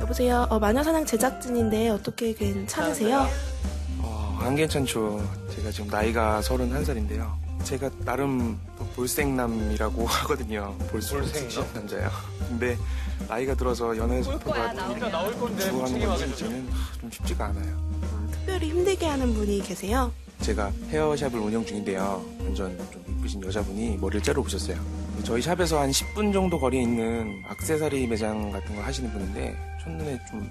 여보세요. 어, 마녀사냥 제작진인데 어떻게 괜찮으세요? 어, 안 괜찮죠. 제가 지금 나이가 31살인데요. 제가 나름 볼생남이라고 하거든요. 볼생남 남자요. 근데 나이가 들어서 연애 속도가 그러니까 나올 건데 뭐 죽어가는 책임하게 건지 죠 는좀 쉽지가 않아요. 특별히 힘들게 하는 분이 계세요? 제가 헤어샵을 운영 중인데요. 완전 좀 이쁘신 여자분이 머리를 자르고 오셨어요. 저희 샵에서 한 10분 정도 거리에 있는 악세사리 매장 같은 걸 하시는 분인데 첫눈에 좀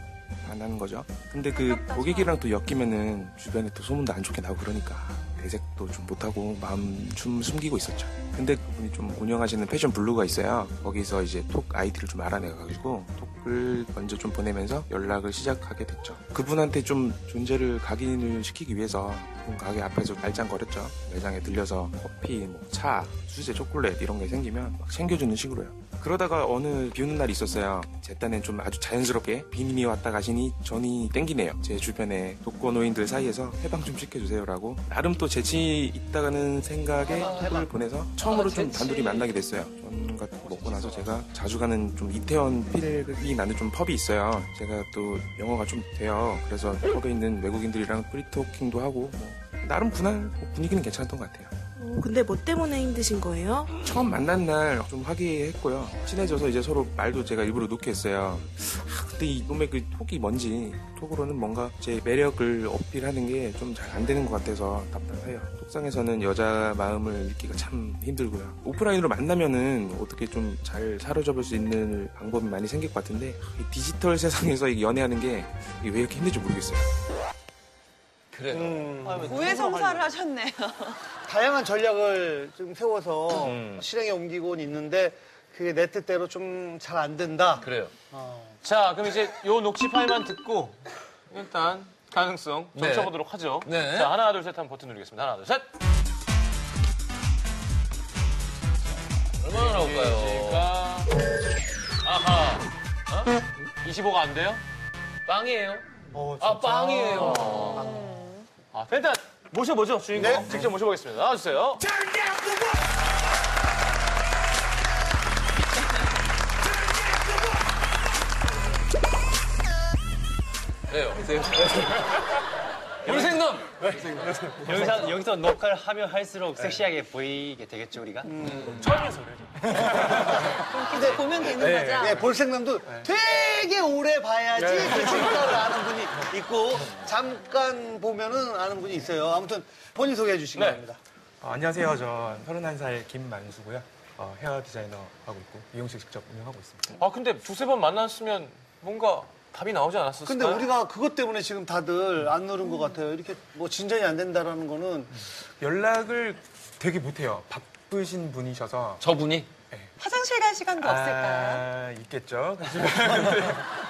안 하는 거죠. 근데 그 고객이랑 또 엮이면은 주변에 또 소문도 안 좋게 나고 그러니까 대색도 좀 못하고 마음 좀 숨기고 있었죠. 근데 그분이 좀 운영하시는 패션 블로그가 있어요. 거기서 이제 톡 아이디를 좀 알아내가지고 톡을 먼저 좀 보내면서 연락을 시작하게 됐죠. 그분한테 좀 존재를 각인을 시키기 위해서 그분 가게 앞에서 말짱거렸죠. 매장에 들려서 커피, 뭐 차, 수제 초콜릿 이런 게 생기면 막 챙겨주는 식으로요. 그러다가 어느 비 오는 날이 있었어요. 제 딴엔 좀 아주 자연스럽게 빈이 왔다 가시니 전이 땡기네요. 제 주변에 독거노인들 사이에서 해방 좀 시켜주세요라고 나름 또 재치 있다가는 생각에 톡을 보내서 처음으로 좀 단둘이 만나게 됐어요. 전 같은 거 먹고 나서 제가 자주 가는 좀 이태원 필이 나는 좀 펍이 있어요. 제가 또 영어가 좀 돼요. 그래서 펍에 있는 외국인들이랑 프리토킹도 하고 뭐 나름 분한 뭐 분위기는 괜찮았던 것 같아요. 어, 근데 뭐 때문에 힘드신 거예요? 처음 만난 날 좀 화기애애했고요. 친해져서 이제 서로 말도 제가 일부러 놓게 했어요. 아, 근데 이놈의 그 톡이 뭔지 톡으로는 뭔가 제 매력을 어필하는 게 좀 잘 안 되는 것 같아서 답답해요. 톡상에서는 여자 마음을 읽기가 참 힘들고요. 오프라인으로 만나면은 어떻게 좀 잘 사로잡을 수 있는 방법이 많이 생길 것 같은데 이 디지털 세상에서 이 연애하는 게 왜 이렇게 힘든지 모르겠어요. 그래요. 우회성사를 하셨네요. 다양한 전략을 좀 세워서 실행에 옮기고는 있는데 그게 내 뜻대로 좀 잘 안 된다. 그래요. 자, 그럼 이제 요 녹취 파일만 듣고 일단 가능성 좀 네. 쳐보도록 하죠. 네. 자, 하나, 둘, 셋 한번 버튼 누르겠습니다. 하나, 둘, 셋. 얼마나 나올까요? 그러니까 아하. 어? 25가 안 돼요? 빵이에요. 어, 아, 빵이에요. 아, 일단 모셔보죠, 주인공. 직접 모셔보겠습니다. 나와주세요. 그래요. 네. 연생남! 여기서 여기서 녹화를 하면 할수록 섹시하게 보이게 되겠죠 우리가. 음. 근데 보면 되는 거죠? 예, 볼생남도 되게 오래 봐야지 그 친구를 아는 분이 있고 잠깐 보면은 아는 분이 있어요. 아무튼 본인 소개해 주시기 네. 바랍니다. 어, 안녕하세요. 저 31살 김만수고요. 어, 헤어 디자이너 하고 있고 미용실 직접 운영하고 있습니다. 아, 근데 두세 번 만났으면 뭔가 답이 나오지 않았을까요? 근데 우리가 그것 때문에 지금 다들 안 누른 것 같아요. 이렇게 뭐 진전이 안 된다라는 거는 연락을 되게 못해요. 바쁘신 분이셔서 저분이? 화장실 갈 시간도 없을까요? 아, 있겠죠.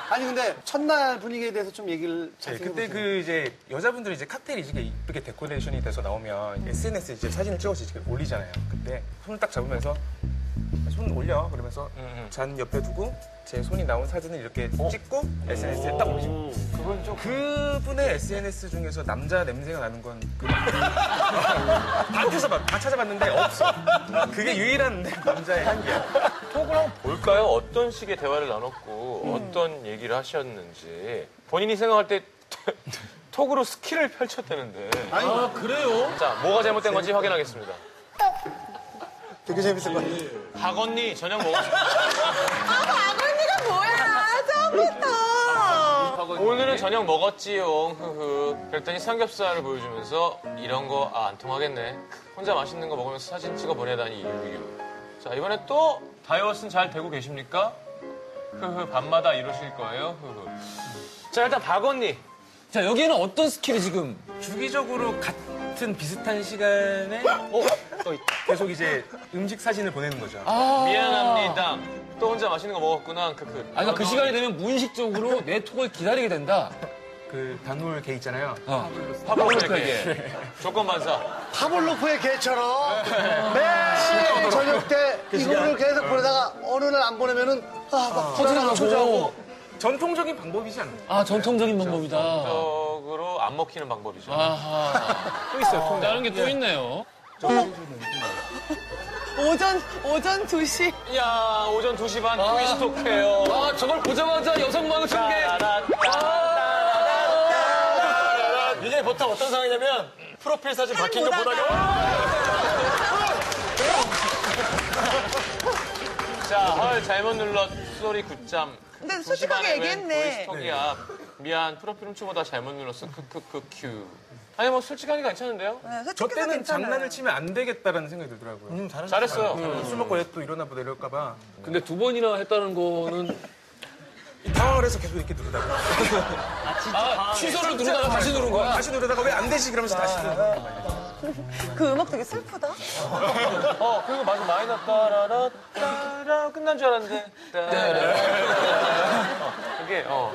아니 근데 첫날 분위기에 대해서 좀 얘기를 네, 자세히 그때 해보세요. 그 이제 여자분들이 이제 칵테일이 이렇게 이쁘게 데코레이션이 돼서 나오면 SNS 에 이제 사진을 찍어서 이렇게 올리잖아요. 그때 손을 딱 잡으면서 손 올려 그러면서 음. 잔 옆에 두고 제 손이 나온 사진을 이렇게 어? 찍고 SNS에 딱 올리고 오, 그건 좀 그분의 SNS 중에서 남자 냄새가 나는 건 그. 다 찾아봤, 다 찾아봤는데 없어. 그게 유일한 남자의 향기야. 톡으로 볼까요? 어떤 식의 대화를 나눴고 어떤 얘기를 하셨는지 본인이 생각할 때 톡으로 스킬을 펼쳤다는데 아니 자 뭐가 잘못된 건지 확인하겠습니다 되게 재밌을 것 같아요. 박 언니 저녁 먹었어 언니가 뭐야, 처음부터. 오늘은 저녁 먹었지요 흐흐 그랬더니 삼겹살을 보여주면서 이런 거 아, 안 통하겠네 혼자 맛있는 거 먹으면서 사진 찍어 보내다니 유유 자 이번에 또 다이어트는 잘 되고 계십니까? 흐흐 밤마다 이러실 거예요 흐흐 자 일단 박 언니 자, 여기에는 어떤 스킬이 지금? 주기적으로 같은 비슷한 시간에 또 있다. 계속 이제 음식 사진을 보내는 거죠. 미안합니다. 또 혼자 맛있는 거 먹었구나. 크크. 어. 어, 아, 그러니까 그 시간이 되면 무의식적으로 내 톡을 기다리게 된다. 그 단올 개 있잖아요. 어. 파블로에게 조건 반사. 파블로프의 개처럼 네. 매일 저녁 때 이거를 계속 보내다가 어느 날 안 보내면은 아막 터지는 불안하고 초조하고 거고. 전통적인 방법이지 않나요? 아, 전통적인 방법이다. 적으로 안 먹히는 방법이죠. 아. 아하. 또 있어요, 다른 게 또 있네요. 오전, 오전 2시. 야 오전 2시 반 트위스톡해요. 아, 저걸 보자마자 아, 여성망을 준 게. 어떤 상황이냐면 프로필 사진 바뀐 거 보다가 자헐 잘못 눌렀 소리 굿잠 그 근데 두 시간에 솔직하게 웬 얘기했네. 보이스톡이야 미안 프로필 훔쳐보다 잘못 눌렀어 크크크 큐 아니 뭐 솔직하니까 괜찮은데요? 네, 솔직해서 저 때는 괜찮아요. 장난을 치면 안 되겠다라는 생각이 들더라고요. 잘했어요 술 먹고 얘 또 일어나 보다 이럴까봐 근데 두 번이나 했다는 거는 당황을 해서 계속 이렇게 누르다가 아, 취소를 누르다가 다시 누른 거야? 다시 누르다가 왜 안 되지 그러면서 다시 누르 그 음악 되게 슬프다. 어 그리고 맞아 많이 났다라라 따라 끝난 줄 알았는데 따라 이게 어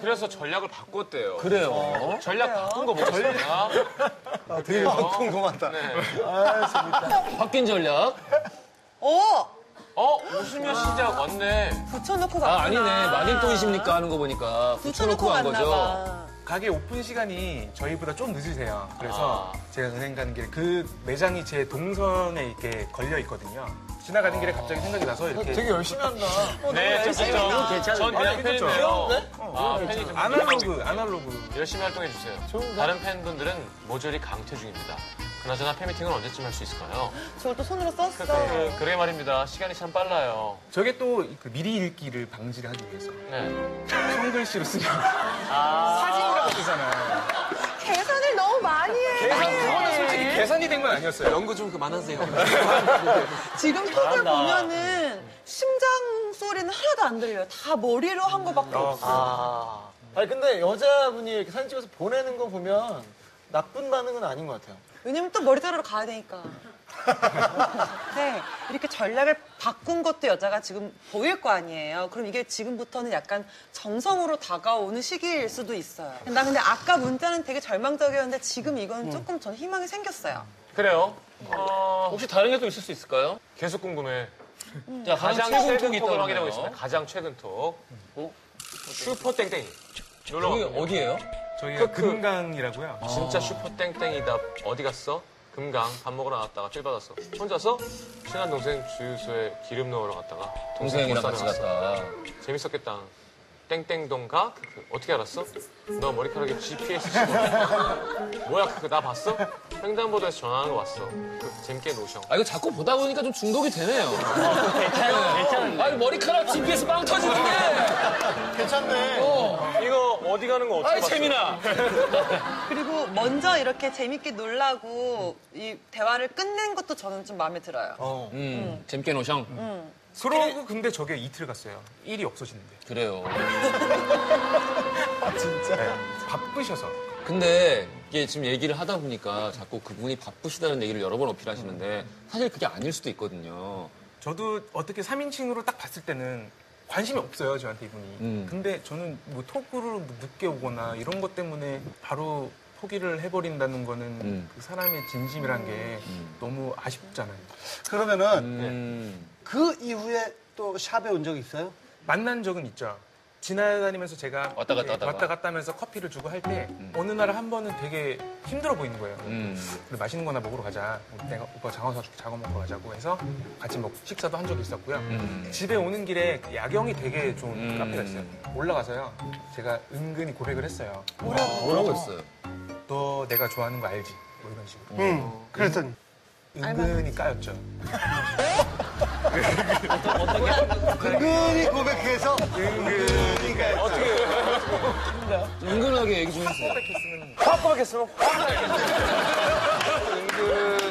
그래서 전략을 바꿨대요 어? 그래요. 전략 아, 바꾼 거 네. 보셨어요? 되게 궁금하다. 바뀐 전략? 오! 어 웃으며 시작 왔네 붙여놓고 갔구나. 아, 아니네. 마린돈이십니까? 하는 거 보니까. 붙여놓고 간 갔나 거죠. 봐. 가게 오픈 시간이 저희보다 좀 늦으세요. 그래서 제가 은행 가는 길에 그 매장이 제 동선에 이렇게 걸려 있거든요. 지나가는 길에 갑자기 생각이 나서 이렇게 열심히 한다. 네, 저는 전 대형 팬인데요. 아, 팬이 좀 아날로그 아날로그 열심히 활동해 주세요. 다른 팬분들은 모조리 강퇴 중입니다. 그나저나 팬미팅은 언제쯤 할 수 있을까요? 저걸 또 손으로 그, 썼어. 그, 그래 말입니다. 시간이 참 빨라요. 저게 또그 미리 읽기를 방지를 하기 위해서 네. 손글씨로 쓰면 아. 사진이라고 뜨잖아요. 계산을 너무 많이 네. 해. 솔직히 계산이 된 건 아니었어요. 연구 좀 지금 톡을 보면은 심장 소리는 하나도 안 들려요. 다 머리로 한 거밖에 없어. 아. 아니 근데 여자분이 이렇게 사진 찍어서 보내는 거 보면 나쁜 반응은 아닌 것 같아요. 왜냐면 또 머리 자르러 가야 되니까. 네, 이렇게 전략을 바꾼 것도 여자가 지금 보일 거 아니에요. 그럼 이게 지금부터는 약간 정성으로 다가오는 시기일 수도 있어요. 나 근데 아까 문자는 되게 절망적이었는데 지금 네. 이건 조금 전 희망이 생겼어요. 그래요. 어, 혹시 다른 게 또 있을 수 있을까요? 계속 궁금해. 자, 가장 가장 최근 최근 톡이 톡을 확인하고 있다고 있습니다. 가장 최근 톡. 슈퍼 땡땡이. 놀러 여기 왔군요. 어디예요? 아. 저희가 그 금강이라고요. 진짜 슈퍼 땡땡이다. 어디 갔어? 금강 밥 먹으러 나왔다가 필 받았어. 혼자서 친한 동생 주유소에 기름 넣으러 갔다가 동생이랑 꽃사러 같이 갔어. 갔다. 재밌었겠다. 땡땡동 가? 크크. 어떻게 알았어? 너 머리카락에 GPS 찍어. 뭐야 그거 나 봤어? 횡단보도에서 전화하는 거 봤어. 그, 재밌게 노셔. 아, 이거 자꾸 보다 보니까 좀 중독이 되네요. 네. 괜찮아요. 아니, 머리카락 GPS 빵 터지는데. 괜찮네. 이거 어디 가는 거 어떻게 아이, 봤어? 재민아. 그리고 먼저 이렇게 재밌게 놀라고 이 대화를 끝낸 것도 저는 좀 마음에 들어요. 음, 재밌게 노션. 서로 근데 저게 이틀 갔어요. 일이 없어지는데. 그래요. 네. 바쁘셔서. 근데 이게 지금 얘기를 하다 보니까 자꾸 그분이 바쁘시다는 얘기를 여러 번 어필하시는데 사실 그게 아닐 수도 있거든요. 저도 어떻게 3인칭으로 딱 봤을 때는 관심이 없어요, 저한테 이분이. 음. 근데 저는 뭐 톡으로 뭐 늦게 오거나 이런 것 때문에 바로 포기를 해버린다는 거는 음. 그 사람의 진심이란 게 음. 너무 아쉽잖아요. 그러면은 음. 그 이후에 또 샵에 온 적 있어요? 만난 적은 있죠. 지나다니면서 제가 왔다 갔다 하다가. 왔다 갔다 하면서 커피를 주고 할 때 어느 날 한 번은 되게 힘들어 보이는 거예요. 음. 그래, 맛있는 거나 먹으러 가자. 내가 오빠 장어 사줄게. 장어 먹으러 가자고 해서 같이 먹 식사도 한 적이 있었고요. 음. 집에 오는 길에 야경이 되게 좋은 그 카페가 있어요. 올라가서요. 제가 은근히 고백을 했어요. 뭐라고 했어요? 너 내가 좋아하는 거 알지? 뭐 이런 식으로. 음. 응. 음, 그랬더니 은근히 까였죠. 은근히 고백해서 은근히 어, 은근하게 얘기 좀 해주세요. 확 고백했으면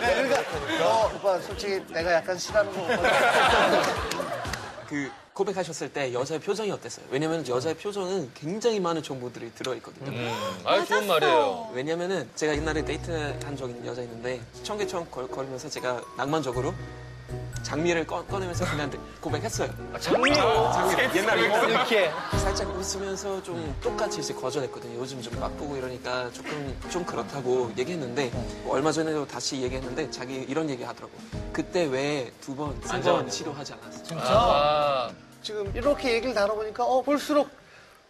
네, 그러니까 너 오빠 솔직히 내가 약간 싫어하는 거 오빠 그 고백하셨을 때 여자의 표정이 어땠어요? 왜냐면 여자의 표정은 굉장히 많은 정보들이 들어있거든요. 아, 좋은 말이에요. 왜냐면은 제가 옛날에 데이트한 적 있는 여자 있는데 청계천 걸, 걸으면서 제가 낭만적으로 장미를 꺼, 꺼내면서 그냥 고백했어요. 아, 아, 옛날에 이렇게 살짝 웃으면서 좀 똑같이 이제 거절했거든요. 요즘 좀 바쁘고 이러니까 조금 좀 그렇다고 얘기했는데 뭐 얼마 전에도 다시 얘기했는데 자기 이런 얘기 하더라고. 그때 왜 두 번, 세 번 시도하지 않았어? 아, 지금 이렇게 얘기를 나눠보니까 어 볼수록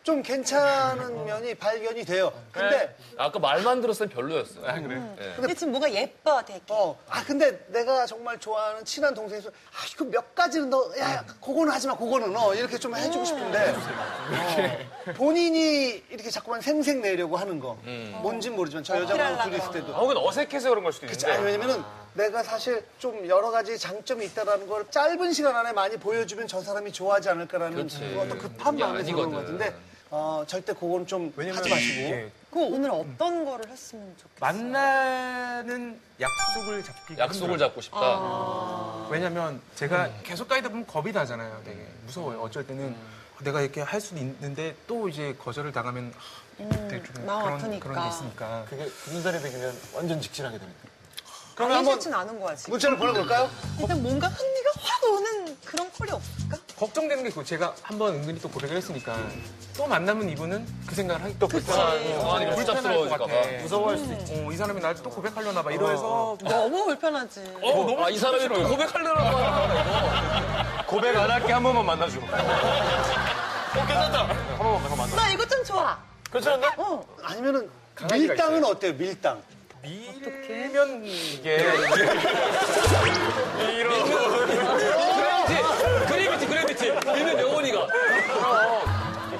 좀 괜찮은 면이 발견이 돼요. 근데 아까 말만 들었을 땐 별로였어. 아, 그래? 네. 근데 지금 뭐가 예뻐 되게. 아 근데 내가 정말 좋아하는 친한 동생이 있어. 아 이거 몇 가지는 너, 야, 야 그거는 하지 마, 그거는 어 이렇게 좀 해주고 싶은데 어, 본인이 이렇게 자꾸만 생색내려고 하는 거 뭔진 모르지만 저 여자분 둘이 있을 때도 아, 혹은 어색해서 그런 걸 수도 그치, 있는데. 네. 아니, 왜냐면은 내가 사실 좀 여러 가지 장점이 있다라는 걸 짧은 시간 안에 많이 보여주면 저 사람이 좋아하지 않을까라는 그렇지. 그 어떤 급한 그게 마음에서 그런 것 아니거든. 같은데 어, 절대 그건 좀 하지 마시고 예. 그 오늘 어떤 거를 했으면 좋겠어? 만나는 약속을 잡기 약속을 잡고 싶다. 왜냐면 제가 계속 까이다 보면 겁이 나잖아요. 되게 무서워요. 어쩔 때는 내가 이렇게 할 수도 있는데 또 이제 거절을 당하면 하, 되게 좀 마음 그런 아프니까. 그런 게 있으니까. 그게 굳은 살이 되면 완전 직진하게 됩니다. 그러면 아니 한번 좋진 않은 거야 지금. 문자를 보내볼까요? 일단 뭔가 흥미가 확 오는 그런 콜이 없을까? 걱정되는 게 그거 제가 한번 은근히 또 고백을 했으니까 또 만나면 이분은 그 생각을 하기 또 아, 이거 불편할 것 불잡스러워질까 같아. 봐. 무서워할 수도 있지. 어, 이 사람이 날 또 고백하려나 봐. 어, 이러해서 너무 불편하지. 아, 이 사람이 또 고백하려고 하나 봐, 이거. 고백 안 할게 한 번만 만나줘. 나 이거 좀 좋아. 괜찮은데? 어. 아니면은 강아지가 밀당은 어때요? 밀당. 밀면 이게 그래비티, 그래비티. 이면 영원이가.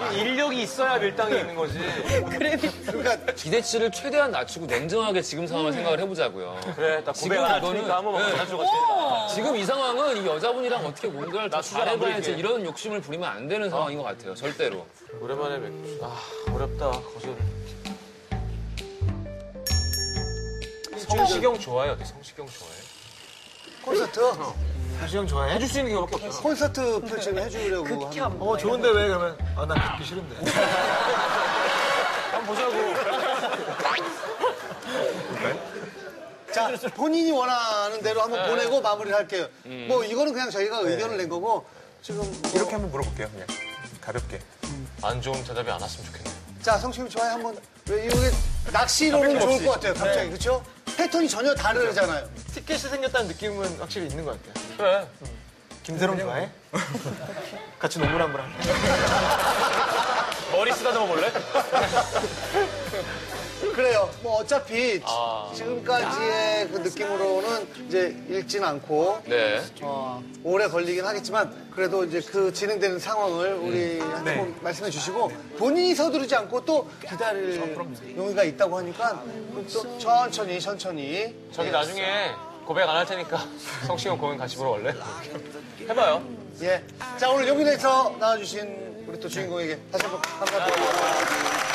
아, 인력이 있어야 밀당이 있는 거지. 그러니까 기대치를 최대한 낮추고 냉정하게 지금 상황을 생각을 해보자고요. 그래, 나 고백 지금 안 이거는- 할테니까 한 번만 네. 만나줘. 같이. 지금 이 상황은 이 여자분이랑 어떻게 뭔가를 더 수술 안 잘해봐야지 부릴게. 이런 욕심을 부리면 안 되는 상황인 것 같아요. 절대로. 오랜만에 맥주. 아, 어렵다, 거절을. 성시경 좋아해요? 어때? 성시경 좋아해? 콘서트? 사시형 좋아해? 해줄 수 있는 게 밖에 없어. 콘서트 표정을 해주려고 그 하는 극혐. 어 좋은데 왜 그러면 아 난 듣기 싫은데. 자, 본인이 원하는 대로 한번 네. 보내고 마무리를 할게요. 음. 뭐 이거는 그냥 저희가 의견을 낸 거고 지금 뭐- 네. 이렇게 한번 물어볼게요. 그냥 가볍게. 안 좋은 대답이 안 왔으면 좋겠네. 자, 성시경 좋아요 한번. 왜 이게 낚시로는 좋을 것 같아요, 갑자기. 네. 그렇죠? 패턴이 전혀 다르잖아요. 티켓이 생겼다는 느낌은 확실히 있는 것 같아요. 그래. 김세롬 좋아해? 같이 농구를 한번 할까? 머리 쓰다듬어 볼래? 그래요. 뭐 어차피 아. 지금까지의 그 느낌으로는 이제 읽진 않고 네. 어, 오래 걸리긴 하겠지만 그래도 이제 그 진행되는 네. 상황을 우리한테 꼭 말씀해 주시고 본인이 서두르지 않고 또 기다릴 용의가 있다고 하니까 그럼 또 천천히 천천히 예. 저기 나중에 고백 안 할 테니까 성시경 공연 같이 보러 갈래? 해봐요. 예. 자, 오늘 용인에서 나와주신 우리 또 주인공에게 다시 한번 감사드립니다.